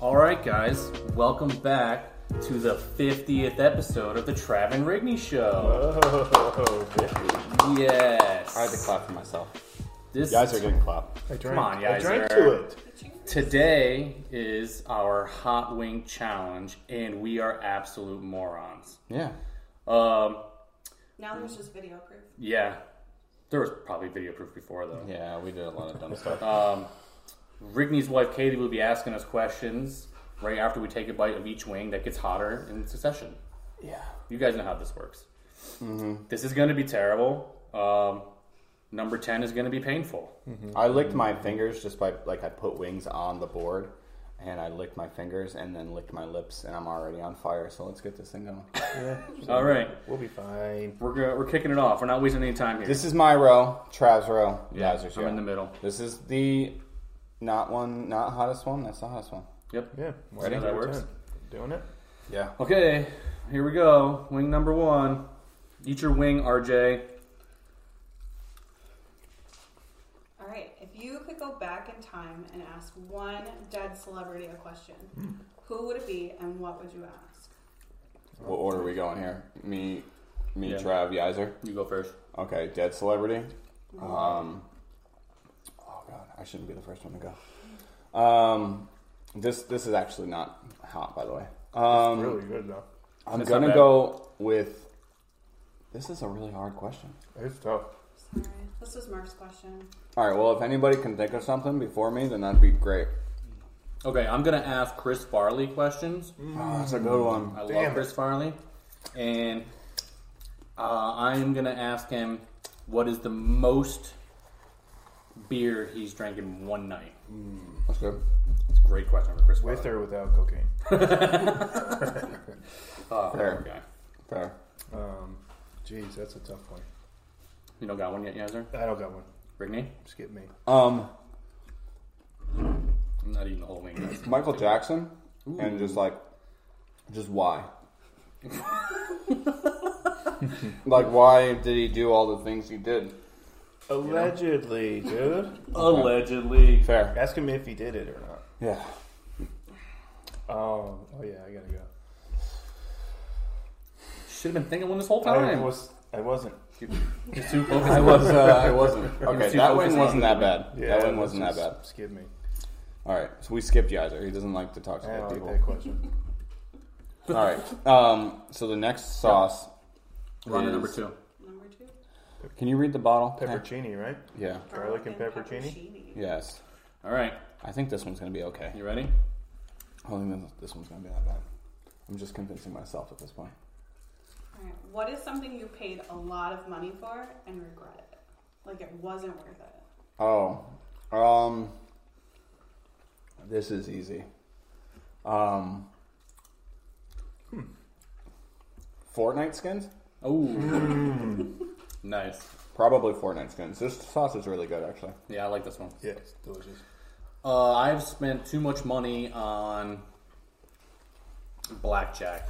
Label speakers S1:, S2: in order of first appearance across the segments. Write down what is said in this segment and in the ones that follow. S1: All right, guys, welcome back to the 50th episode of the Trav and Rigney Show.
S2: Oh, bitch.
S1: Yes.
S3: I had to clap for myself.
S1: This,
S3: You guys are getting clapped.
S2: I drank.
S1: Come on,
S2: I
S1: guys.
S2: drank to it.
S1: Today is our hot wing challenge, and we are absolute morons.
S3: Yeah.
S1: Um,
S4: Now there's just video proof.
S1: yeah, there was probably video proof before though.
S3: Yeah, we did a lot of dumb stuff.
S1: Rigney's wife Katie will be asking us questions right after we take a bite of each wing that gets hotter in succession.
S3: yeah.
S1: You guys know how this works.
S3: Mm-hmm.
S1: This is going to be terrible. Um, number 10 is going to be painful.
S3: I licked my fingers just by, like, I put wings on the board and I licked my fingers and then licked my lips and I'm already on fire, so let's get this thing going.
S2: Yeah,
S3: Mm-hmm.
S1: All right.
S2: we'll be fine.
S1: We're, go- we're kicking it off. We're not wasting any time here.
S3: this is my row, Trav's row,
S1: Yeah,
S3: Lazarus
S1: I'm
S3: row.
S1: in the middle.
S3: This is the not one, not hottest one. That's the hottest one.
S1: Yep.
S2: Yeah,
S1: Ready?
S2: We're
S1: That works.
S2: done. Doing it.
S3: Yeah.
S1: Okay, here we go. Wing number one. Eat your wing, RJ.
S4: All right, if you could go back in time and ask one dead celebrity a question, who would it be and what would you ask?
S3: What order are we going here? Me, me,
S1: Yeah.
S3: Trav, Yizer.
S1: You go first.
S3: Okay, dead celebrity. Um, oh god, I shouldn't be the first one to go. Um, this this is actually not hot, by the way. Um,
S2: Really good though.
S3: I'm
S1: That's
S3: gonna
S1: not bad.
S3: go with. This is a really hard question.
S2: It's tough.
S4: Sorry, this was Mark's question.
S3: All right, well, if anybody can think of something before me, then that'd be great.
S1: Okay, I'm going to ask Chris Farley questions.
S3: Oh, that's a good one.
S1: I
S2: Damn
S1: love
S2: it.
S1: Chris Farley. And uh, I'm going to ask him what is the most beer he's drank in one night?
S3: That's good.
S1: It's a great question for Chris Farley.
S2: With or without cocaine.
S1: Oh,
S3: Fair.
S1: okay.
S3: Fair.
S2: Um, jeez, that's a tough one.
S1: You don't got one yet, Yazzer?
S2: I don't got one.
S1: Rigney?
S2: Skip me.
S3: Um,
S1: I'm not eating the whole wing. guys.
S3: Michael Jackson, and just like, just why? like, why did he do all the things he did?
S2: Allegedly, dude.
S1: Allegedly.
S3: Fair.
S2: Ask him if he did it or not.
S3: Yeah.
S2: Oh, oh yeah, I gotta go.
S1: Should have been thinking one this whole
S2: I
S1: time.
S2: was. I wasn't.
S1: You're too focused.
S3: I was. Uh, I wasn't. Okay,
S1: too
S3: that
S1: focused
S3: one
S1: on
S3: wasn't that
S1: the-
S3: bad. that one
S2: let's
S3: wasn't that
S2: just
S3: bad.
S2: Skip me.
S3: All right, so we skipped Yizer. He doesn't like to talk to
S2: I don't
S3: other
S2: like
S3: people.
S2: that question.
S3: All right. Um. So the next sauce.
S1: We're on to
S3: is-
S1: number two.
S4: Number two?
S3: Can you read the bottle?
S2: Peppercini, right?
S3: Yeah.
S2: Garlic and peppercini?
S4: peppercini.
S3: Yes.
S1: All right.
S3: I think this one's gonna be okay.
S1: You ready?
S3: I don't think this- this one's gonna be that bad. I'm just convincing myself at this point.
S4: All right, what is something you paid a lot of money for and regret it? Like it wasn't worth it.
S3: Oh. Um. This is easy. Um. Fortnite skins.
S1: Oh. nice.
S3: Probably Fortnite skins. This sauce is really good, actually.
S1: Yeah, I like this one.
S2: Yeah, it's delicious.
S1: Uh, I've spent too much money on blackjack.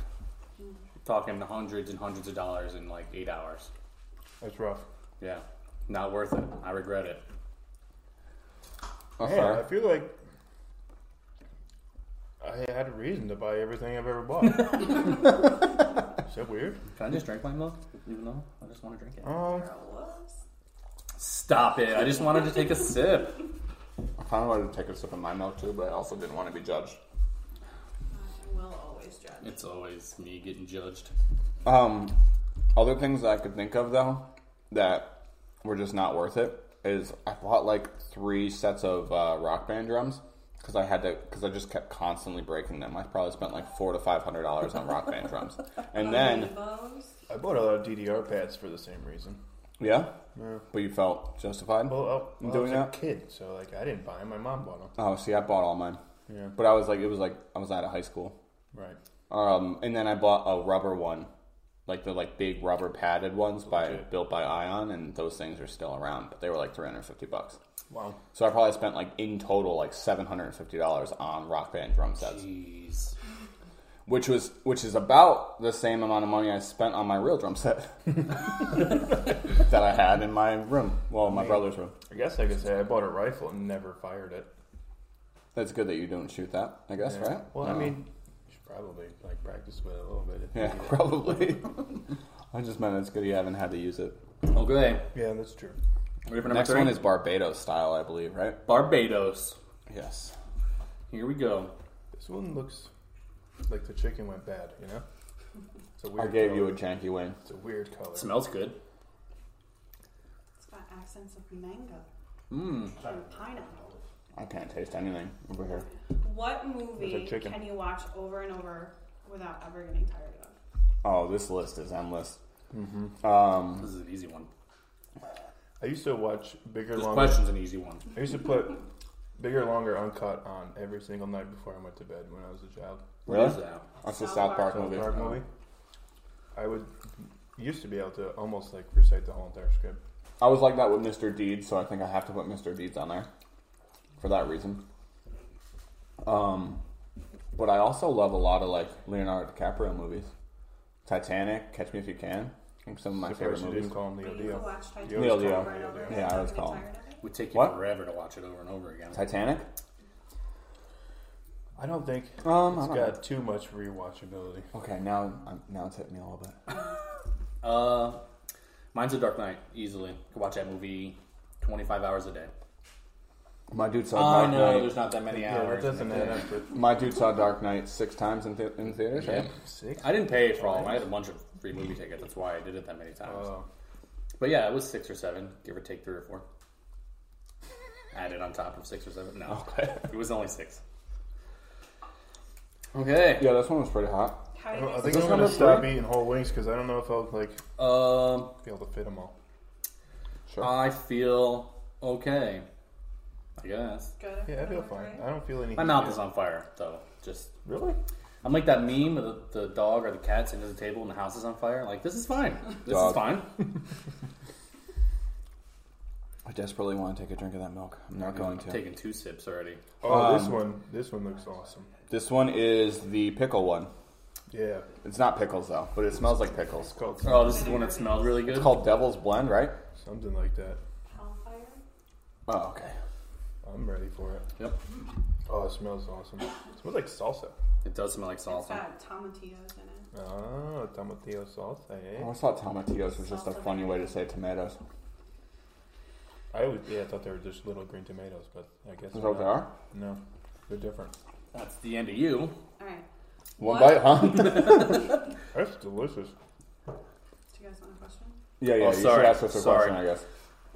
S1: Talking hundreds and hundreds of dollars in like eight hours.
S2: That's rough.
S1: Yeah. Not worth it. I regret it.
S3: That's
S2: Yeah, I
S3: fair.
S2: feel like I had a reason to buy everything I've ever bought. Is that weird?
S1: Can I just drink my milk? Even though I just want to drink it.
S2: Um,
S4: Whoops.
S1: Stop it. I just wanted to take a sip.
S3: I kind of wanted to take a sip of my milk too, but I also didn't want to be judged.
S4: I will always judge.
S1: It's always me getting judged.
S3: Um, other things that I could think of though that were just not worth it is I bought like three sets of uh, rock band drums because I had to because I just kept constantly breaking them. I probably spent like four to five hundred dollars on rock band drums, and then
S4: Bonobos.
S2: I bought a lot of DDR pads for the same reason.
S3: yeah,
S2: Yeah.
S3: but you felt justified.
S2: Well, oh, well, I was
S3: Doing
S2: a
S3: that?
S2: kid, so like I didn't buy them. My mom bought them.
S3: Oh, see, I bought all mine,
S2: Yeah,
S3: but I was like, it was like I was out of high school.
S2: right.
S3: Um, and then I bought a rubber one, like the like big rubber padded ones by
S2: Legit.
S3: built by Ion, and those things are still around, but they were like three hundred fifty bucks.
S2: Wow.
S3: So I probably spent like in total like seven hundred and fifty dollars on rock band drum sets,
S1: Jeez.
S3: which was which is about the same amount of money I spent on my real drum set that I had in my room, well, my brother's room.
S2: I guess I could say I bought a rifle and never fired it.
S3: That's good that you don't shoot that. I guess,
S2: Yeah.
S3: right?
S2: Well, I
S3: Uh,
S2: mean, you should probably like practice with it a little bit. If
S3: yeah,
S2: you need it.
S3: probably. I just meant it's good you haven't had to use it.
S1: Okay.
S2: Yeah, that's true.
S1: Ready for number
S3: Next
S1: three?
S3: one is Barbados style, I believe, right?
S1: Barbados.
S3: Yes.
S1: Here we go.
S2: This one looks like the chicken went bad. You know, it's a
S3: I
S2: weird.
S3: gave you a
S2: color.
S3: janky wing.
S2: It's a weird color.
S1: smells good.
S4: It's got accents of mango
S1: Mmm.
S4: and pineapple.
S3: I can't taste anything over here.
S4: What
S2: There's
S4: movie
S2: a chicken.
S4: can you watch over and over without ever getting tired of?
S3: Oh, this list is endless.
S1: Mm-hmm.
S3: Um,
S1: This is an easy one.
S2: I used to watch bigger,
S1: This
S2: longer.
S1: question's an easy one.
S2: I used to put bigger, longer, uncut on every single night before I went to bed when I was a child.
S1: What
S3: Really?
S1: is that?
S3: that's a
S4: South
S3: South Park
S4: Park.
S2: South
S3: movie.
S2: Park movie. I would used to be able to almost like recite the whole entire script.
S3: I was like that with Mr. Deeds, so I think I have to put Mr. Deeds on there for that reason. Um, but I also love a lot of like Leonardo DiCaprio movies, Titanic, Catch Me If You Can, like some of my
S2: Surprised
S3: favorite
S2: you
S3: movies.
S2: didn't call him Leo
S4: But you could
S2: Dio.
S4: watch Titanic
S2: Leo
S4: over
S3: Dio.
S4: and over.
S3: Yeah, I was calling.
S1: Would take you
S3: What?
S1: forever to watch it over and over again.
S3: Titanic.
S2: I don't think
S3: Um, I
S2: it's
S3: don't
S2: got too much rewatchability.
S3: know. Okay, now I'm- now it's hit me a little bit.
S1: Uh, mine's a Dark Knight. Easily could watch that movie twenty five hours a day.
S3: My dude saw
S1: I
S3: Dark
S1: know
S3: Knight.
S1: there's not that many
S2: Yeah,
S1: hours.
S2: that doesn't
S1: in it.
S2: add up. But
S3: My dude saw Dark Knight six times in, th- in theaters. Right?
S2: six.
S1: I didn't pay for all. of them. I had a bunch of free movie tickets. That's why I did it that many times.
S2: Oh.
S1: But yeah, it was six or seven, give or take three or four. Added on top of six or seven. No,
S3: Okay.
S1: it was only six. Okay.
S3: Yeah, this one was pretty hot.
S4: How do you
S2: I
S4: guys
S2: think
S3: This
S2: I'm gonna
S3: number
S2: stop
S3: three?
S2: eating whole wings because I don't know if I'll like
S1: Um,
S2: be able to fit them all.
S3: Sure.
S1: I feel okay. I guess
S4: Good.
S2: Yeah, I feel fine. I don't feel any.
S1: my mouth is on fire, though. Just
S2: really.
S1: I'm like that meme of the, the dog or the cat sitting at the table and the house is on fire. Like this is fine. This
S3: Dog.
S1: is fine.
S3: I desperately want to take a drink of that milk. I'm not going to.
S1: Taking two sips already.
S2: Oh, this
S3: Um,
S2: one. This one looks awesome.
S3: This one is the pickle one.
S2: Yeah,
S3: It's not pickles though, but it smells like pickles.
S2: it's called
S1: Oh, this is the one that smelled really good.
S3: It's called Devil's Blend, right?
S2: something like that.
S4: Hellfire.
S3: Oh, okay.
S2: I'm ready for it.
S1: Yep.
S2: Oh, it smells awesome. It smells like salsa.
S1: It does smell like
S4: It's
S1: salsa.
S4: got tomatillos in it.
S2: Oh, tomatillo salsa.
S3: I
S2: Eh?
S3: always thought tomatillos was just a funny way to say tomatoes.
S2: I always yeah, I thought they were just little green tomatoes, but I guess
S3: Is that what they
S2: they're
S3: are?
S2: not. No, they're different.
S1: That's the end of you.
S4: All right.
S3: One bite,
S4: What?
S3: huh?
S2: That's delicious.
S4: Do you guys want a question?
S3: yeah, yeah.
S1: Oh,
S3: you should
S1: sorry.
S3: ask us a
S1: Sorry.
S3: question, I guess.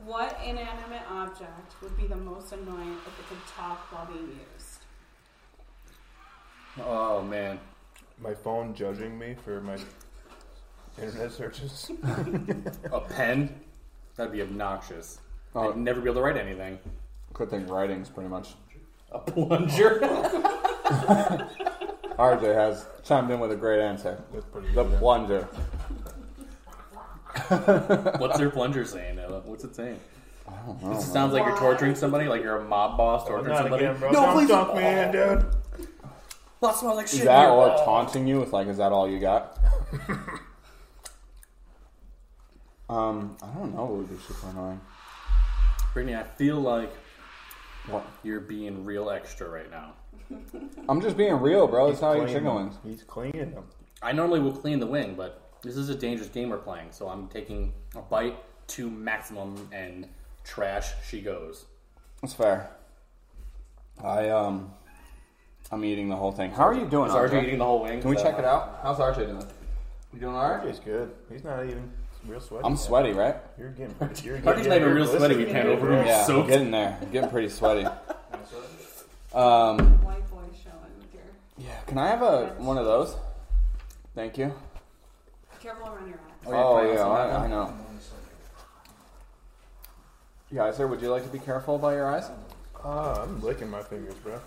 S4: What inanimate object would be the most annoying if it could talk while being used?
S1: Oh man.
S2: My phone judging me for my internet searches.
S1: A pen? That'd be obnoxious.
S3: Oh.
S1: I'd never be able to write anything.
S3: Good thing writing's pretty much.
S1: A plunger?
S3: RJ has chimed in with a great answer.
S2: That's pretty
S3: The
S2: good.
S3: plunger.
S1: What's your plunger saying? Ella? What's it saying?
S3: I don't
S1: This
S3: know.
S1: sounds like you're
S4: Why?
S1: torturing somebody, like you're a mob boss
S2: Oh,
S1: torturing
S2: not
S1: somebody.
S2: again, bro.
S1: No,
S2: Don't
S1: please.
S2: talk me in, dude.
S1: That smells like shit.
S3: Is that
S1: here.
S3: or
S1: Oh.
S3: taunting you with like, is that all you got? um, I don't know. What would be super annoying?
S1: Brittany, I feel like
S3: What?
S1: you're being real extra right now.
S3: I'm just being real, bro. That's how you eat
S2: cleaning
S3: chicken
S2: them.
S3: wings.
S2: He's cleaning them.
S1: I normally will clean the wing, but this is a dangerous game we're playing, so I'm taking a bite to maximum and trash she goes.
S3: That's fair. I um, I'm eating the whole thing. How are you doing,
S1: Is RJ
S3: RJ?
S1: eating the whole wing?
S3: Can we
S1: So-
S3: check it out? How's RJ doing? You doing alright?
S2: He's good. He's not even real sweaty.
S3: I'm sweaty, right?
S2: You're getting. You're
S1: not
S2: getting.
S1: even real sweaty, we pan
S2: can't
S1: over him.
S3: Yeah,
S1: Soaked.
S3: I'm getting there. I'm getting pretty sweaty. Um,
S4: White boy showing with your
S3: yeah. Can I have a one of those? Thank you.
S4: careful around your eyes.
S1: Oh, yeah,
S3: Oh
S1: can I
S3: yeah,
S1: have some of that
S3: I, I
S1: one?
S3: know. Yeah, sir. Would you like to be careful about your eyes?
S2: Ah, I'm licking my fingers, bro.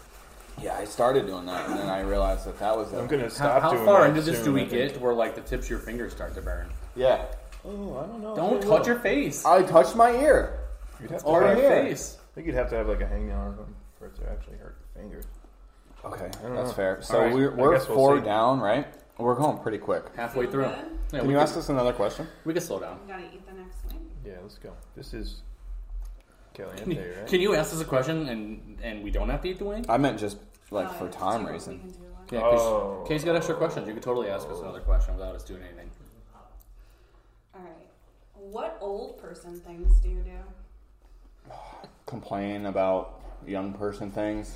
S3: Yeah, I started doing that, and then I realized that that was
S2: I'm
S3: it.
S2: gonna
S1: How,
S2: stop
S1: how
S2: doing
S1: far
S2: that
S1: into this
S2: soon,
S1: do we
S2: I think.
S1: get where like the tips of your fingers start to burn?
S3: Yeah.
S2: Oh, I don't know.
S1: Don't
S2: Maybe
S1: touch
S2: we'll-
S1: your face.
S3: I touched my ear.
S2: You'd have to
S3: Or
S1: Your
S2: have,
S3: here.
S1: face.
S2: I think you'd have to have like a hangnail or something for it to actually hurt your fingers.
S3: Okay,
S2: don't
S3: that's
S2: know.
S3: fair. So
S2: All right,
S3: we're,
S2: I
S3: we're
S2: guess we'll
S3: four
S2: see.
S3: down, right? We're going pretty quick.
S1: Halfway through.
S4: Feel good?
S1: Yeah,
S3: Can
S1: we
S3: you ask us another question?
S1: We can slow down.
S4: You gotta eat the next one.
S2: Yeah, let's go. This is
S1: Can,
S2: Caliente, right?
S1: can you ask us a question and and we don't have to eat the wing?
S3: I meant just like
S4: Uh,
S3: for
S4: do
S3: time
S4: you- we
S3: reason.
S4: can do one.
S1: Yeah, because
S2: Oh.
S1: Kay's got extra questions. You could totally ask us another question without us doing anything.
S4: All right. What old person things do you do?
S3: Complain about young person things.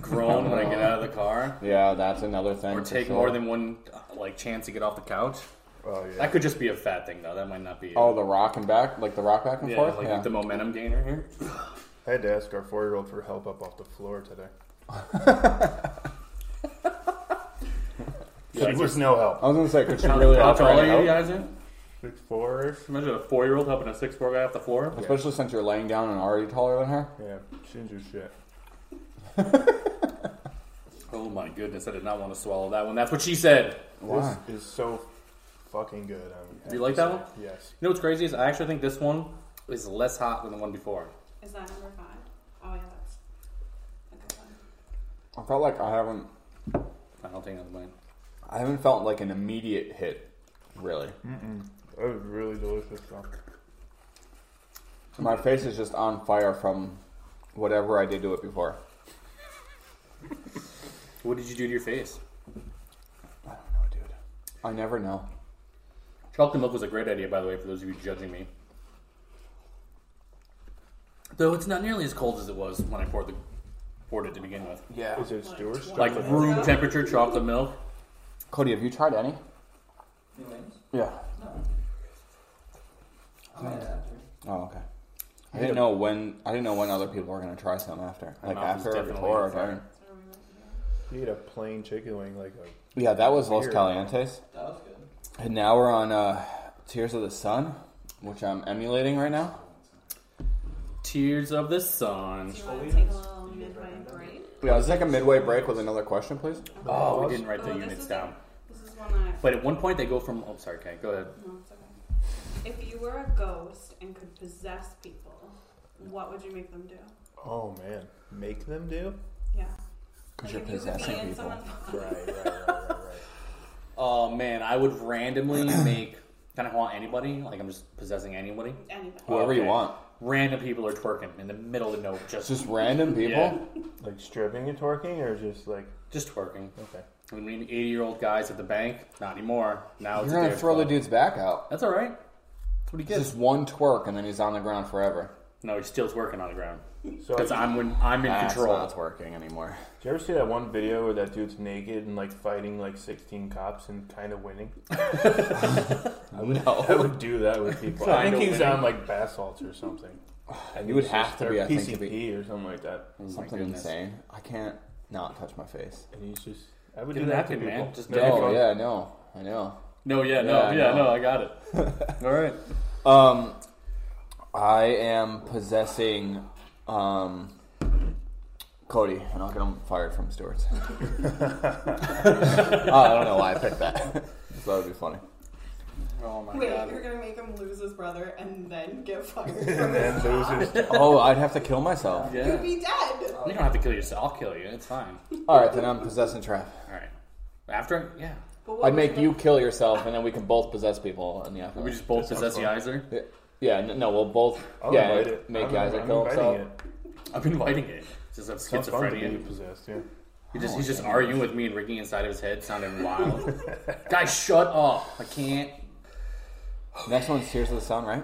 S1: Groan when I get out of the car,
S3: Yeah, that's another thing.
S1: or
S3: for
S1: take
S3: sure.
S1: more than one like chance to get off the couch.
S2: Oh yeah.
S1: That could just be a fat thing though. That might not be.
S3: Oh, the rock and back, like the rock back and
S1: yeah,
S3: forth.
S1: like
S3: yeah.
S1: the momentum gainer here.
S2: I had to ask our four-year-old for help up off the floor today.
S1: Yeah,
S2: She was no help.
S3: I was gonna say, could she
S1: How,
S3: really
S1: how
S3: help
S1: tall
S3: right
S1: are
S3: now?
S1: you guys? In?
S2: Six four-ish.
S1: Imagine a four-year-old helping a six-four guy off the floor.
S3: Especially since you're laying down and already taller than her.
S2: Yeah, she didn't do shit.
S1: Oh my goodness! I did not want to swallow that one. That's what she said.
S3: Why?
S2: This is so fucking good. I'm
S1: Do you like that one?
S2: Yes.
S1: You know what's crazy is I actually think this one is less hot than the one before.
S4: Is that number five? Oh yeah, that's a good one.
S3: I felt like I haven't,
S1: I don't think that's mine.
S3: I haven't felt like an immediate hit, really.
S1: Mm.
S2: That was really delicious though.
S3: My face is just on fire from whatever I did to it before.
S1: What did you do to your face?
S3: I don't know, dude. I never know.
S1: Chocolate milk was a great idea, by the way, for those of you judging me. Though it's not nearly as cold as it was when I poured the poured it to begin with.
S3: Yeah.
S2: Is it Stewart's?
S4: Like,
S1: Like
S2: chocolate?
S1: room temperature chocolate milk.
S3: Cody, have you tried any? Yeah. Oh, okay. I didn't know when. I didn't know when other people were gonna try some after, like
S1: mouth is
S3: after or
S1: definitely
S3: before or
S1: on fire.
S3: during.
S4: So are we right here?
S2: You ate a plain chicken wing like a.
S3: Yeah, that was Los
S2: Weird.
S3: Calientes,
S5: That was good.
S3: and now we're on uh, Tears of the Sun, which I'm emulating right now.
S1: Tears of the sun.
S4: Do you want to take a little midway break?
S3: Yeah, let's take a midway break with another question, please.
S1: Oh, we didn't write the
S4: Oh, this
S1: units
S4: is-
S1: down.
S4: This is one that.
S1: But at one point they go from. Oh, sorry, okay, go ahead.
S4: No, it's okay. If you were a ghost and could possess people, what would you make them do?
S2: Oh man, make them do.
S4: Yeah.
S3: Because
S4: Like,
S3: you're
S4: if you could be
S3: possessing
S4: in
S3: people.
S4: someone's body-
S2: Right, right, right, right, right.
S1: Oh man, I would randomly make. Kind of haunt anybody, like I'm just possessing anybody.
S4: Anybody.
S3: Whoever you
S1: Okay.
S3: want.
S1: Random people are twerking in the middle of no,
S3: It's
S1: just
S3: just random people.
S1: Yeah.
S2: Like stripping and twerking, or just like
S1: just twerking.
S2: okay.
S1: I mean, 80 year old guys at the bank, not anymore. Now
S3: You're
S1: it's
S3: gonna
S1: a
S3: throw the
S1: dude.
S3: dude's back out.
S1: That's all right. That's what he
S3: It's
S1: gets.
S3: just one twerk, and then he's on the ground forever.
S1: No, he still twerking on the ground
S2: So
S1: because
S2: did
S1: I'm when I'm in
S3: That's
S1: control.
S3: not twerking anymore.
S2: you ever see that one video where that dude's naked and like fighting like 16 cops and kind of winning? I
S3: No.
S1: Oh
S2: would do that with people. I
S1: Kinda
S2: think he's
S1: winning.
S2: on like basalt or something. And
S3: You would
S2: he's
S3: have
S2: just-
S3: to
S2: or
S3: be, Mm. I think, to
S2: PCP or something like that.
S3: Something
S1: goodness.
S3: insane. I can't not touch my face.
S2: And he's just. I would
S1: Get
S2: do
S1: a
S2: that to
S1: napkin, man.
S2: people.
S1: Just
S2: Make
S1: dab
S2: it
S1: it
S3: Oh
S2: fun.
S3: yeah, I know. I know.
S1: No, yeah,
S3: Yeah,
S1: no,
S3: I
S1: yeah,
S3: know.
S1: no, I got it. all right.
S3: Um, I am possessing, um, Cody, and I'll get him fired from Stewart's. Oh, I don't know why I picked that. that would be funny.
S1: Oh my
S4: Wait,
S1: god.
S4: you're gonna make him lose his brother and then get fired from his
S2: And then loses.
S3: Oh, I'd have to kill myself.
S1: Yeah.
S4: You'd be dead.
S1: You don't have to kill yourself. I'll kill you. It's fine.
S3: All right, then I'm possessing Trev.
S1: All right. After, yeah,
S4: But what
S3: I'd
S4: would
S3: make
S4: look-
S3: you kill yourself, and then we can both possess people in the
S1: we
S3: afterlife.
S1: just both possess the Iser.
S3: Yeah, Yeah, n- no, we'll both.
S2: I'll
S3: yeah,
S2: invite it.
S3: make
S2: I'm,
S3: Isaac
S2: I'm
S3: kill
S2: inviting
S3: himself.
S2: it.
S1: I'm inviting it. Just have
S2: It's not fun to be Oh,
S1: schizophrenia.
S2: possessed, yeah.
S1: He just, he's just arguing with me and Ricky inside of his head, sounding wild. Guys, shut up! I can't.
S3: Next one's Tears of the Sun, right?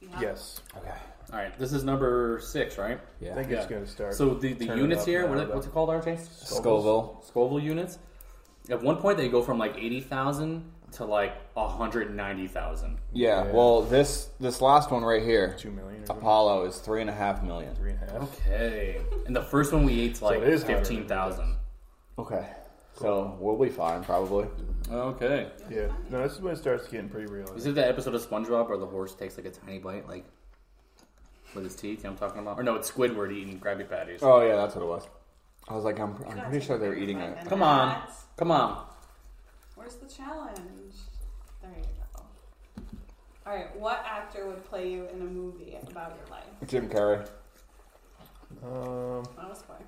S4: Yeah.
S2: Yes.
S3: Okay.
S1: All right, this is number six, right?
S2: I
S3: Yeah.
S2: think it's going to start.
S1: So the, the
S2: Turn it
S1: units
S2: up
S1: here,
S2: now,
S1: what are,
S2: though.
S1: what's it called, RJ?
S3: Scoville.
S1: Scoville units. At one point, they go from like eighty thousand to like hundred ninety thousand.
S3: Yeah,
S2: Yeah.
S3: Well, this this last one right here,
S2: two million or something.
S3: Apollo is three and a half million.
S2: three and a half.
S1: Okay. And the first one we ate's like
S2: it is
S1: fifteen thousand.
S3: Okay. So we'll be fine, probably.
S1: Okay.
S2: Yeah. No, this is when it starts getting pretty real.
S1: Is it that episode of SpongeBob where the horse takes like a tiny bite, like with his teeth? You know what I'm talking about? Or no, it's Squidward eating Krabby Patties.
S3: Oh yeah, that's what it was. I was like, I'm, I'm pretty sure they're eating it.
S1: Come on. Come on.
S4: Where's the challenge? There you go. All right, what actor would play you in a movie about your life?
S3: Jim Carrey.
S2: Um,
S4: That was quick.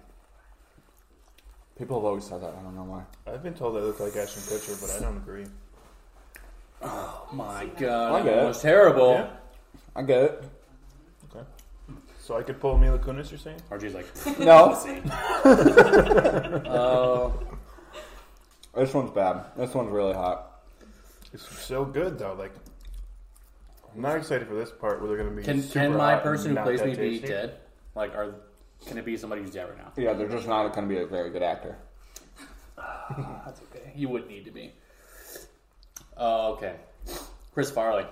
S3: People have always said that. I don't know why.
S2: I've been told I look like Ashton Kutcher, but I don't agree.
S1: My
S4: I
S1: God,
S3: get
S1: Oh, that
S3: it.
S1: was terrible.
S2: Yeah.
S3: I get it.
S2: Okay. So I could pull Mila Kunis, you're saying?
S1: RJ's like,
S3: No,
S1: oh,
S3: this one's bad. This one's really hot.
S2: It's so good, though. Like, I'm not excited for this part where they're going to be.
S1: can
S2: super
S1: can my
S2: hot and
S1: person who
S2: not
S1: plays
S2: that
S1: me be
S2: tasty.
S1: dead? Like, are can it be somebody who's dead right now?
S3: Yeah, they're just not going to be a very good actor.
S1: That's okay. You would need to be. Oh, okay. Chris Farley.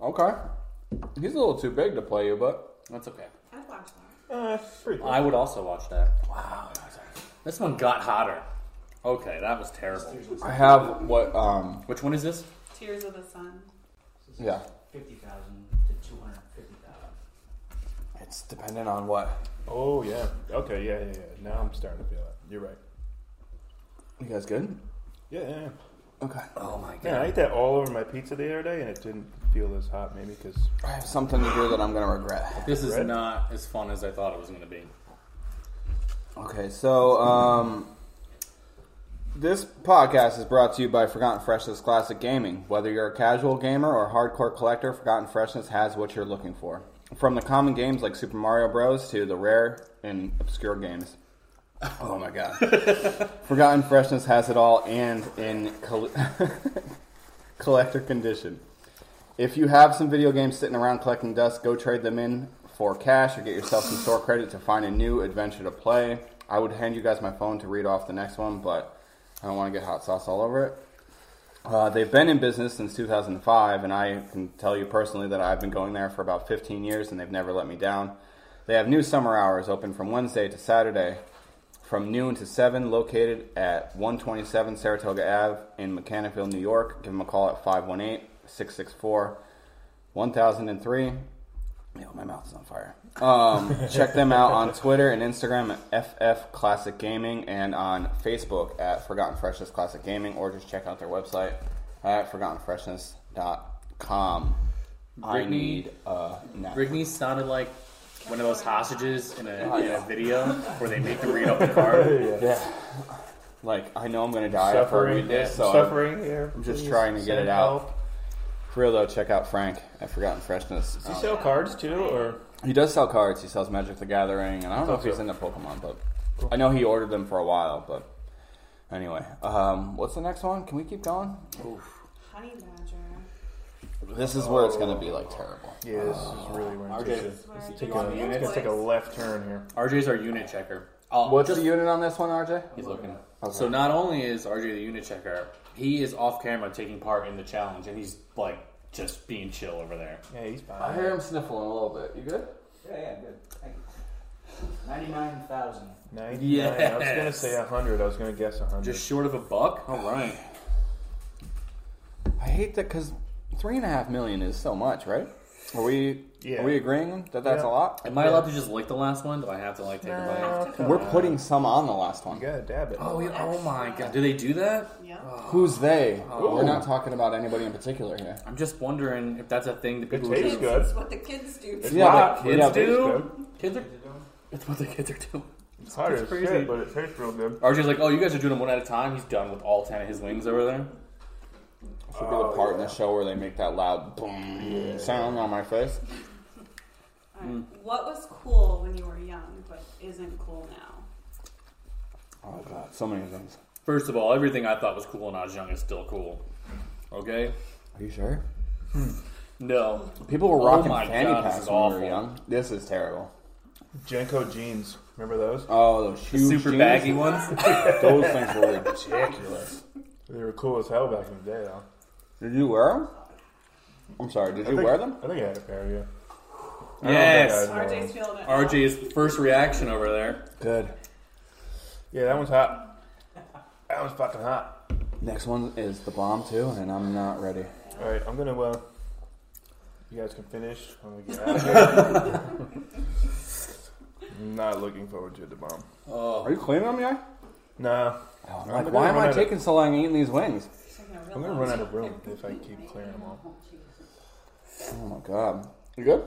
S3: Okay, he's a little too big to play you, but
S1: That's okay.
S4: I'd watch that.
S2: Uh, it's pretty good.
S1: I would also watch that. Wow. This one got hotter. Okay, that was terrible.
S3: I have what? Um,
S1: Which one is this?
S4: Tears of the Sun.
S3: yeah,
S5: Fifty thousand to two hundred fifty thousand.
S3: it's dependent on what
S2: Oh, yeah. Okay, yeah, yeah, yeah. Now I'm starting to feel it. You're right.
S3: you guys good.
S2: Yeah, yeah, yeah.
S3: Okay,
S1: Oh my
S2: Man, I ate that all over my pizza the other day, and it didn't feel as hot, maybe because
S3: I have something to do that I'm going to regret.
S1: This is
S2: Red?
S1: not as fun as I thought it was going to be.
S3: Okay, so um, this podcast is brought to you by Forgotten Freshness Classic Gaming. Whether you're a casual gamer or hardcore collector, Forgotten Freshness has what you're looking for. From the common games like Super Mario Bros. to the rare and obscure games. Oh my god. Forgotten Freshness has it all and in col- collector condition. If you have some video games sitting around collecting dust, go trade them in for cash or get yourself some store credit to find a new adventure to play. I would hand you guys my phone to read off the next one, but I don't want to get hot sauce all over it. Uh, they've been in business since 2005, and I can tell you personally that I've been going there for about 15 years and they've never let me down. They have new summer hours open from Wednesday to Saturday from noon to 7, located at 127 Saratoga Ave in Mechanicville, New York. Give them a call at 518 664 1003. Yo, my mouth's on fire. Um, check them out on Twitter and Instagram at FF Classic Gaming and on Facebook at Forgotten Freshness Classic Gaming or just check out their website at forgottenfreshness.com. I
S1: Brittany-
S3: need a nap.
S1: Brittany sounded like one of those hostages in a, in a video where they make them read off the card.
S3: Yeah. Like, I know I'm going to die after I
S2: suffering.
S3: read this,
S2: yeah,
S3: so I'm-
S2: suffering here.
S3: I'm just
S2: please,
S3: trying to get
S2: send
S3: it out.
S2: help.
S3: For real though, check out Frank at Forgotten Freshness. Um,
S2: Does he sell cards too, or
S3: He does sell cards. He sells Magic the Gathering, and I don't know if
S2: Okay.
S3: he's into Pokemon, but I know he ordered them for a while. But anyway, um, what's the next one? Can we keep going?
S4: Honey Badger.
S3: This is where it's gonna be like terrible.
S2: yeah, this is really where I'm
S1: RJ,
S2: taking-
S4: This is where I
S2: take
S4: do all
S2: a-
S4: the
S2: it's gonna take a
S4: invoice.
S2: left turn here.
S1: RJ's our unit checker. Oh,
S3: What's
S1: just-
S3: the unit on this one, RJ?
S1: He's looking.
S3: Okay.
S1: So not only is RJ the unit checker, he is off camera taking part in the challenge, and he's like just being chill over there.
S2: Yeah, he's
S3: I
S2: fine.
S3: hear him sniffling a little bit. You good?
S5: Yeah, yeah, good. Thank you. Ninety-nine thousand.
S2: 99. I was gonna say
S1: Yes.
S2: 100. I was gonna guess 100.
S1: Just short of a buck. All right.
S3: I hate that because three and a half million is so much, right? Are we?
S2: Yeah.
S3: Are we agreeing that that's
S2: Yeah.
S3: a lot?
S1: Am I allowed to just lick the last one? Do I have to like take a bite?
S2: No, come
S3: We're
S2: on.
S3: putting some on the last
S2: You
S3: one.
S2: gotta dab it.
S1: Oh, yeah. oh my god! Do they do that?
S4: Yep.
S3: Who's they?
S1: Oh.
S3: We're not talking about anybody in particular here.
S1: I'm just wondering if that's a thing that people
S2: It
S1: do.
S2: tastes good.
S4: It's what the kids do.
S3: Yeah,
S1: Wow,
S3: but-
S1: kids
S3: yeah, but-
S1: do. Kids are. It's what the kids are doing.
S2: It's hard
S1: It's
S2: as
S1: crazy.
S2: shit, but it tastes real good.
S1: RJ's like, oh, you guys are doing them one at a time. He's done with all ten of his wings over there.
S3: Should be the
S2: Oh,
S3: part in
S2: yeah.
S3: the show where they make that loud boom sound on my face.
S4: All right.
S2: Mm.
S4: What was cool when you were young but isn't cool now?
S3: Oh god, so many things.
S1: First of all, everything I thought was cool when I was young is still cool. Okay.
S3: Are you sure?
S1: No.
S3: People were
S1: Oh
S3: rocking
S1: my
S3: fanny
S1: God, this
S3: packs
S1: is
S3: when we
S1: awful.
S3: were young. This is terrible.
S2: Jenko jeans. Remember those?
S3: Oh, those
S1: The
S3: huge
S1: super
S3: jeans.
S1: baggy ones.
S3: Those things were ridiculous.
S2: They were cool as hell back in the day, though.
S3: Did you wear them? I'm sorry. Did
S2: I
S3: you
S2: think-
S3: wear them?
S2: I think I had a pair, yeah. I don't
S1: yes.
S2: think I had
S4: RJ's
S2: one.
S4: feeling it. now.
S1: RJ's first reaction over there.
S3: Good.
S2: Yeah, that one's hot. That one's fucking hot.
S3: Next one is the bomb too, and I'm not ready.
S2: All right, I'm gonna. Uh, you guys can finish. I'm gonna get out of here. Not looking forward to the bomb.
S1: Oh,
S3: Are you cleaning them yet?
S2: Nah,
S3: Oh, I'm
S2: I'm
S3: like,
S2: gonna
S3: why am
S2: run
S3: I
S2: out of-
S3: taking so long eating these wings?
S4: She's taking a real
S2: I'm gonna
S4: long
S2: run out
S4: time.
S2: of room if I keep clearing them all.
S3: Oh my god. You good?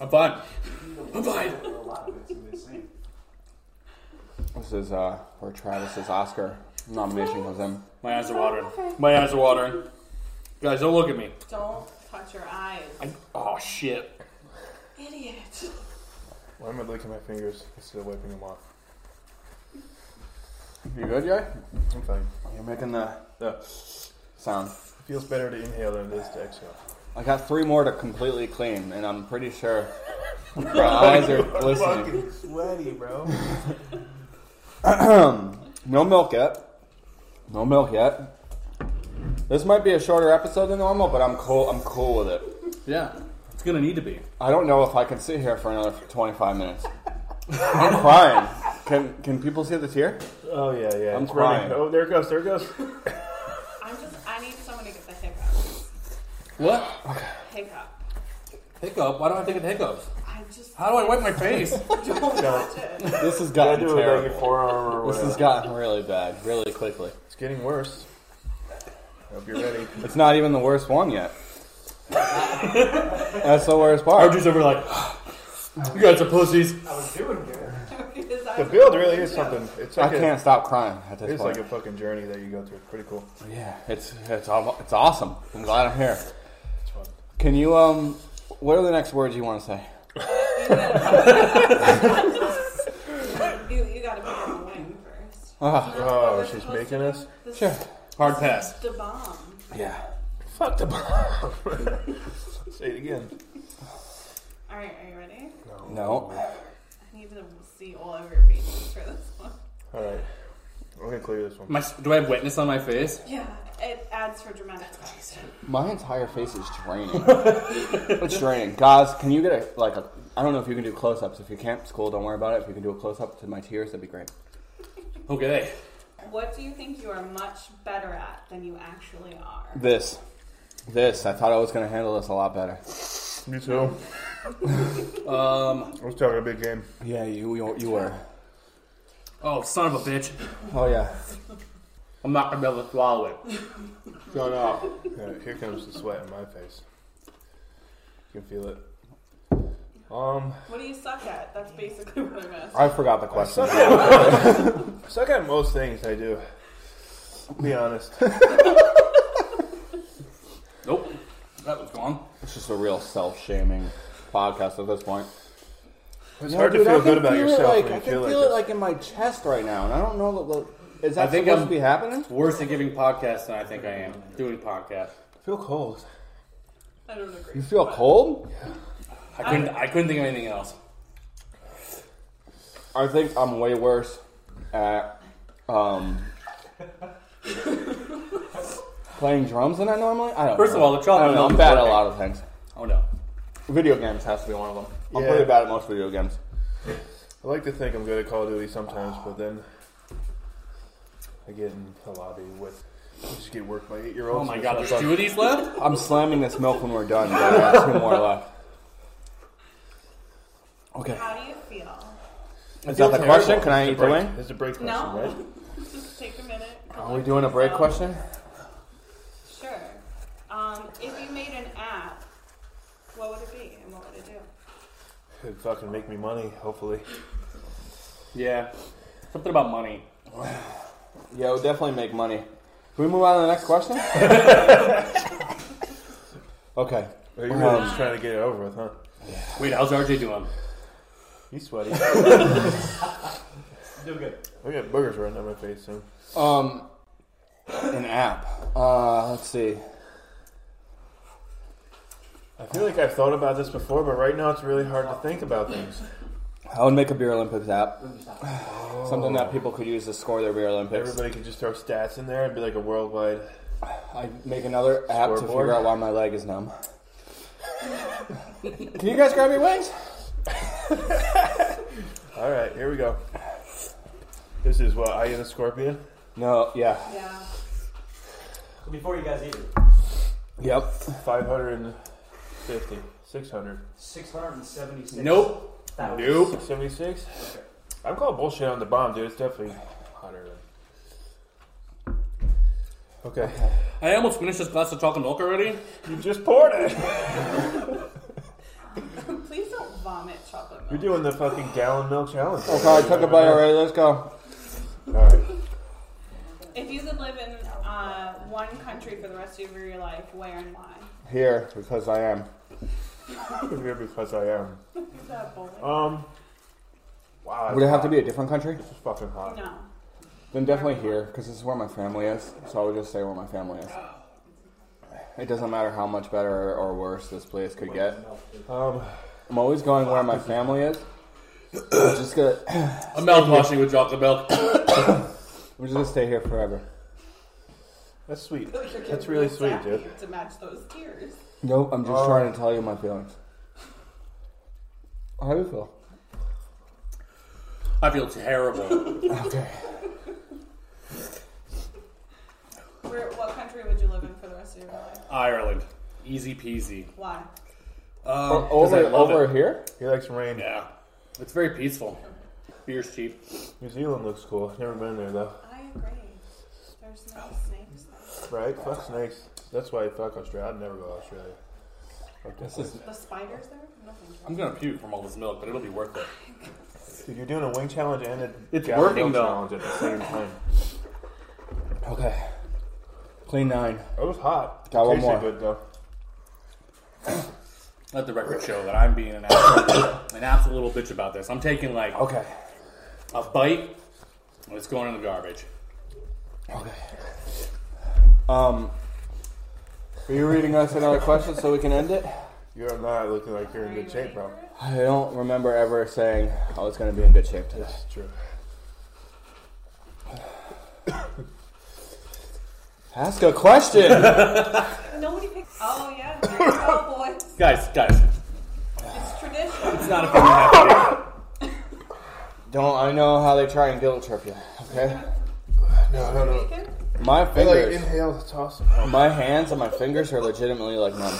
S1: I'm fine. I'm fine.
S5: A lot of it's in the same.
S3: This is uh, where Travis's Oscar nomination comes in.
S1: My eyes are watering. My eyes are watering. Guys, don't look at me.
S4: Don't touch your eyes.
S1: I, oh shit.
S4: Idiot.
S2: Why am I licking my fingers instead of wiping them off?
S3: You good, Jay?
S2: I'm fine.
S3: You're making the, the sound.
S2: It feels better to inhale than it is to exhale.
S3: I got three more to completely clean, and I'm pretty sure our eyes are glistening.
S2: sweaty, bro.
S3: No milk yet. No milk yet. This might be a shorter episode than normal, but I'm cool. I'm cool with it.
S1: Yeah, it's gonna need to be.
S3: I don't know if I can sit here for another 25 minutes. I'm crying. Can can people see the tear?
S2: Oh yeah, yeah.
S3: I'm
S2: it's running.
S3: crying.
S2: Oh, there it goes. There it goes.
S4: I'm just. I need someone to get the hiccups.
S1: What?
S4: Hiccup.
S1: Hiccup? Why do I think of hiccups?
S4: I just.
S1: How do I wipe my face?
S4: Don't watch it.
S3: This has
S2: I
S3: gotten
S2: do it like a
S3: terrible.
S2: forearm or
S3: This
S2: whatever.
S3: has gotten really bad, really quickly.
S2: it's getting worse. I hope you're ready.
S3: It's not even the worst one yet. That's the worst part.
S1: RG's over like, you guys are pussies.
S5: I was doing good.
S4: His eyes
S2: The
S4: are
S2: build
S4: closed.
S2: really is something. It's
S3: I
S2: like a,
S3: can't stop crying at this
S2: It's
S3: point.
S2: like a fucking journey that you go through. It's pretty cool.
S3: yeah, it's it's al- it's awesome. I'm glad I'm here.
S2: It's fun.
S3: Can you um? What are the next words you want to say?
S4: You, you gotta put on the wing first.
S3: Ah.
S4: Isn't that what
S2: Oh,
S4: we're
S2: she's
S4: supposed to
S2: making
S4: do?
S2: us?
S4: This
S3: Sure.
S4: is
S1: Hard pass.
S4: The bomb.
S3: Yeah.
S2: Fuck the bomb. Say it again.
S4: Alright, are you ready?
S3: No.
S4: I need to see all of your faces for this one.
S2: All right. I'm gonna clear this one.
S1: My, do I have wetness on my face?
S4: Yeah, it adds for dramatic effect.
S3: My entire face is draining. it's draining. Guys, can you get a like a? I don't know if you can do close-ups. If you can't, it's cool. Don't worry about it. If you can do a close-up to my tears, that'd be great.
S1: Okay.
S4: What do you think you are much better at than you actually are?
S3: This, this. I thought I was gonna handle this a lot better.
S2: Me too.
S1: Um.
S2: I was talking a big game.
S3: Yeah, you you, you were.
S1: Oh, son of a bitch.
S3: Oh yeah.
S1: I'm not gonna be able to swallow it.
S3: Shut up.
S2: All right, here comes the sweat on my face. You can feel it. Um,
S4: What do you suck at? That's basically what I'm asking.
S3: I forgot the question.
S2: I suck at most things I do. I'll be honest.
S1: Nope. That was gone.
S3: It's just a real self-shaming podcast at this point.
S2: It's hard to feel good about yourself when you feel, like,
S3: in my chest right now, and I don't know that. Is
S1: that supposed to be
S3: happening?
S1: Worse at giving podcasts than I think I am doing podcasts.
S2: this. I feel cold.
S4: I don't agree.
S3: You feel cold?
S1: I couldn't. I couldn't think of anything else.
S3: I think I'm way worse at um, playing drums than I normally. I don't.
S1: First of
S3: know.
S1: all, the trombone
S3: I don't know. I'm
S1: is
S3: bad at a
S1: working.
S3: lot of things.
S1: Oh no.
S3: Video games has to be one of them. I'm
S2: Yeah.
S3: pretty bad at most video games.
S2: I like to think I'm good at Call of Duty sometimes, but then I get in the lobby with. I just get worked by eight year olds.
S1: Oh my god. There's two of these left.
S3: I'm slamming this milk when we're done. but I got two more left. Okay.
S4: How do you feel?
S3: Is that the question? Can I eat the
S2: break?
S3: wing?
S2: It's a break question,
S4: No.
S2: right?
S4: Just take a minute.
S3: Are we doing a break question?
S4: Sure. Um, if you made an app, what would it be and what would it do?
S2: It'd fucking make me money, hopefully.
S1: Yeah. Something about money.
S3: Yeah, we'll definitely make money. Can we move on to the next question? okay.
S2: Are you really just trying to get it over with, huh?
S1: Wait, how's RJ doing?
S2: He's sweaty.
S5: Doing good.
S2: I got boogers running down my face soon.
S3: Um, an app. Uh, let's see.
S2: I feel like I've thought about this before, but right now it's really hard to think about things.
S3: I would make a beer Olympics app.
S5: Let me stop.
S3: Something that people could use to score their beer Olympics.
S2: Everybody could just throw stats in there and be like a worldwide.
S3: I make another app to
S2: Scoreboard.
S3: figure out why my leg is numb. Can you guys grab your wings?
S2: All right, here we go. This is what I am a scorpion.
S3: No. Yeah.
S4: Yeah.
S5: Before you guys eat it,
S3: Yep.
S2: 550, 600,
S5: 676.
S1: Nope.
S5: thousand.
S1: Nope.
S2: 76. I'm calling bullshit on the bomb, dude. It's definitely hotter. than- Okay.
S1: I almost finished this glass of chocolate milk already.
S2: You just poured it.
S4: Please don't vomit chocolate
S2: You're
S4: milk.
S2: doing the fucking gallon milk challenge.
S3: Okay, I took a bite already. Let's go.
S2: All right.
S4: If you could live in uh, one country for the rest of your life, where and why?
S3: Here because I am.
S2: I'm here because I am.
S4: Is that bowling?
S2: Um, Wow. that's
S3: Would it have
S2: hot.
S3: to be a different country?
S2: This is fucking hot.
S4: No.
S3: Then definitely here, because this is where my family is. So I would just say where my family is. It doesn't matter how much better or worse this place could get.
S2: Um,
S3: I'm always going where my family is. We're just gonna,
S1: I'm mouthwashing with chocolate milk.
S3: we're just gonna stay here forever.
S2: that's sweet.
S4: You're getting
S2: That's really sweet,
S4: sappy
S2: dude.
S4: To match those tears.
S3: Nope, I'm just
S2: Oh.
S3: trying to tell you my feelings. How do you feel?
S1: I feel terrible.
S3: Okay.
S4: Where, what country would you live in for the rest of your life?
S1: Ireland, easy peasy.
S4: Why?
S1: Um,
S3: O-
S1: 'cause
S3: over
S1: I love
S3: over
S1: it.
S3: here?
S2: He likes rain.
S1: Yeah, it's very peaceful. Beer's cheap.
S2: New Zealand looks cool. Never been there though.
S4: I agree. There's no snakes. there.
S2: Right? Fuck snakes. That's why I fuck Australia. I'd never go to Australia. Fuck that
S3: This is
S4: The spiders there? No, thank you.
S1: I'm gonna puke from all this milk, but it'll be worth it.
S2: place. Dude, you're doing a wing challenge and a
S1: It's
S2: gallon
S1: working,
S2: milk
S1: though.
S2: challenge at the same time.
S3: okay. Clean nine.
S2: It was hot. uh,
S3: Got
S2: it
S3: one
S2: tasted
S3: more.
S2: good though.
S1: Let the record show that I'm being an absolute, an absolute little bitch about this. I'm taking like
S3: Okay.
S1: a bite. and It's going in the garbage.
S3: Okay. Um. Are you reading us another question so we can end it?
S2: You're not looking like you're
S4: Are
S2: in
S4: you
S2: good shape,
S4: ready
S2: bro.
S4: for it?
S3: I don't remember ever saying I was going to be in good shape today.
S2: That's true.
S3: Ask a question.
S4: Nobody picks. Oh yeah, here we go, boys.
S1: Guys, guys,
S4: It's tradition.
S1: it's not a thing we have to do.
S3: don't I know how they try and guilt trip you? Okay.
S2: No, no, no.
S4: Bacon?
S3: My
S2: I like
S3: fingers,
S2: inhale. It's awesome.
S3: my hands, and my fingers are legitimately like numb.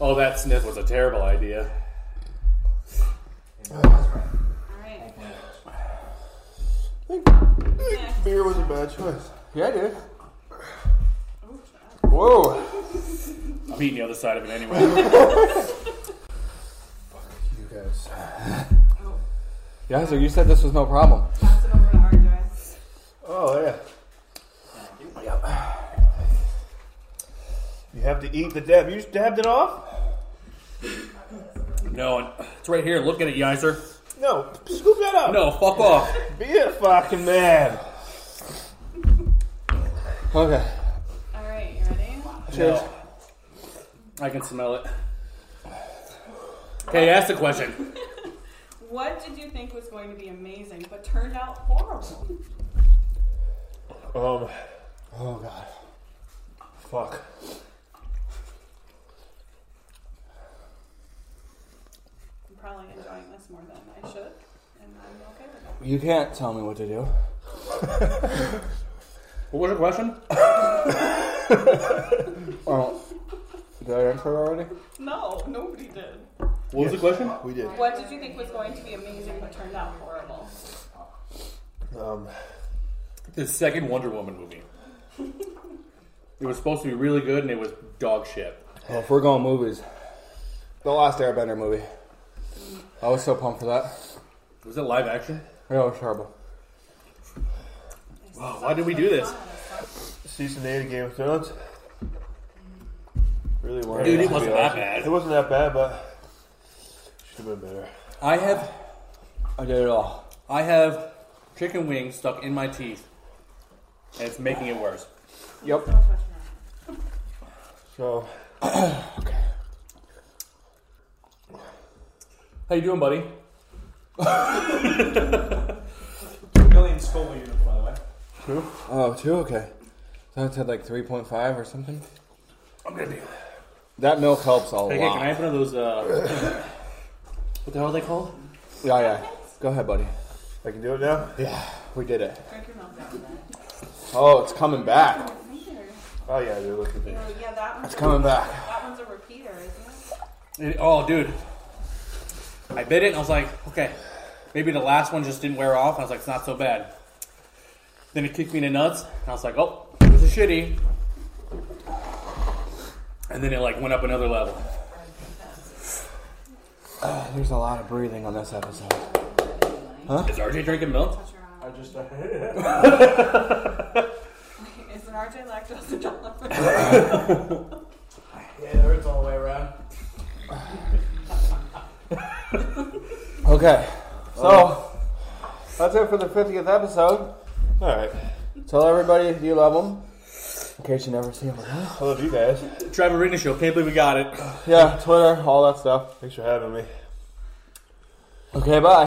S1: Oh, that sniff was a terrible idea.
S4: All right.
S2: Beer was a bad choice.
S3: Yeah, dude.
S4: Ooh,
S3: Whoa.
S1: I'm eating the other side of it anyway.
S2: You guys.
S4: oh,
S3: Yeah, so you said this was no problem.
S4: pass it over to RJ.
S2: Oh yeah. You have to eat the dab. You just dabbed it off?
S1: no, and- it's right here. Look at it, Yizer.
S2: No. Scoop that up.
S1: No, fuck off.
S2: Be a fucking man.
S3: Okay.
S4: All right, you ready?
S3: Cheers.
S1: No. I can smell it. Okay, ask the question.
S4: What did you think was going to be amazing but turned out horrible?
S2: Um.
S3: Oh god.
S2: Fuck.
S4: I'm probably enjoying this more than I should, and I'm okay with it.
S3: You can't tell me what to do.
S1: What was your question?
S3: Oh. Did I answer already?
S4: No, nobody did.
S1: What was the question?
S2: We did.
S4: What did you think was going to be amazing but turned out horrible?
S2: Um.
S1: The second Wonder Woman movie. It was supposed to be really good and it was dog shit.
S3: Well, if we're going movies, the last Airbender movie. I was so pumped for that.
S1: Was it live action?
S3: Yeah, it was horrible.
S1: Wow, why did we do this?
S2: Season eight of Game of Thrones. Really wanted
S1: Dude, it
S2: to
S1: wasn't
S2: be
S1: that
S2: awesome.
S1: bad.
S2: It wasn't that bad, but should have been better.
S1: I have
S3: I did it all.
S1: I have chicken wings stuck in my teeth. And it's making it worse.
S3: Yep.
S2: So
S1: How you doing, buddy?
S6: Billion Scoville unit, by the way.
S3: Oh, two? Okay. So it's at like 3.5 or something?
S1: I'm gonna be
S3: That milk helps a
S1: Hey, hey,
S3: lot.
S1: can I have one of those uh what the hell are they called?
S3: yeah, yeah. Go ahead, buddy.
S2: I can do it now.
S3: Yeah, we did it.
S4: Drink your milk.
S3: Oh, it's coming back.
S2: Oh yeah, they're looking
S4: Oh,
S2: big.
S4: yeah, that one's
S3: It's coming back.
S4: That one's a repeater, isn't it?
S1: It- oh, dude. I bit it and I was like, okay, maybe the last one just didn't wear off. I was like, it's not so bad. Then it kicked me in the nuts and I was like, oh, it was a shitty. And then it like went up another level.
S3: There's a lot of breathing on this episode.
S1: Is RJ drinking milk?
S4: Touch your
S6: I
S4: arm.
S6: just.
S4: Is an RJ lactose intolerant?
S6: yeah, there it's all the way around.
S3: Okay, so
S1: Oh.
S3: that's it for the 50th episode.
S2: All right.
S3: Tell everybody you love them. In case you never see them.
S2: I love you guys.
S1: Trevor Arena Show. Can't believe we got it.
S3: Yeah, Twitter, all that stuff.
S2: Thanks for having me.
S3: Okay, bye.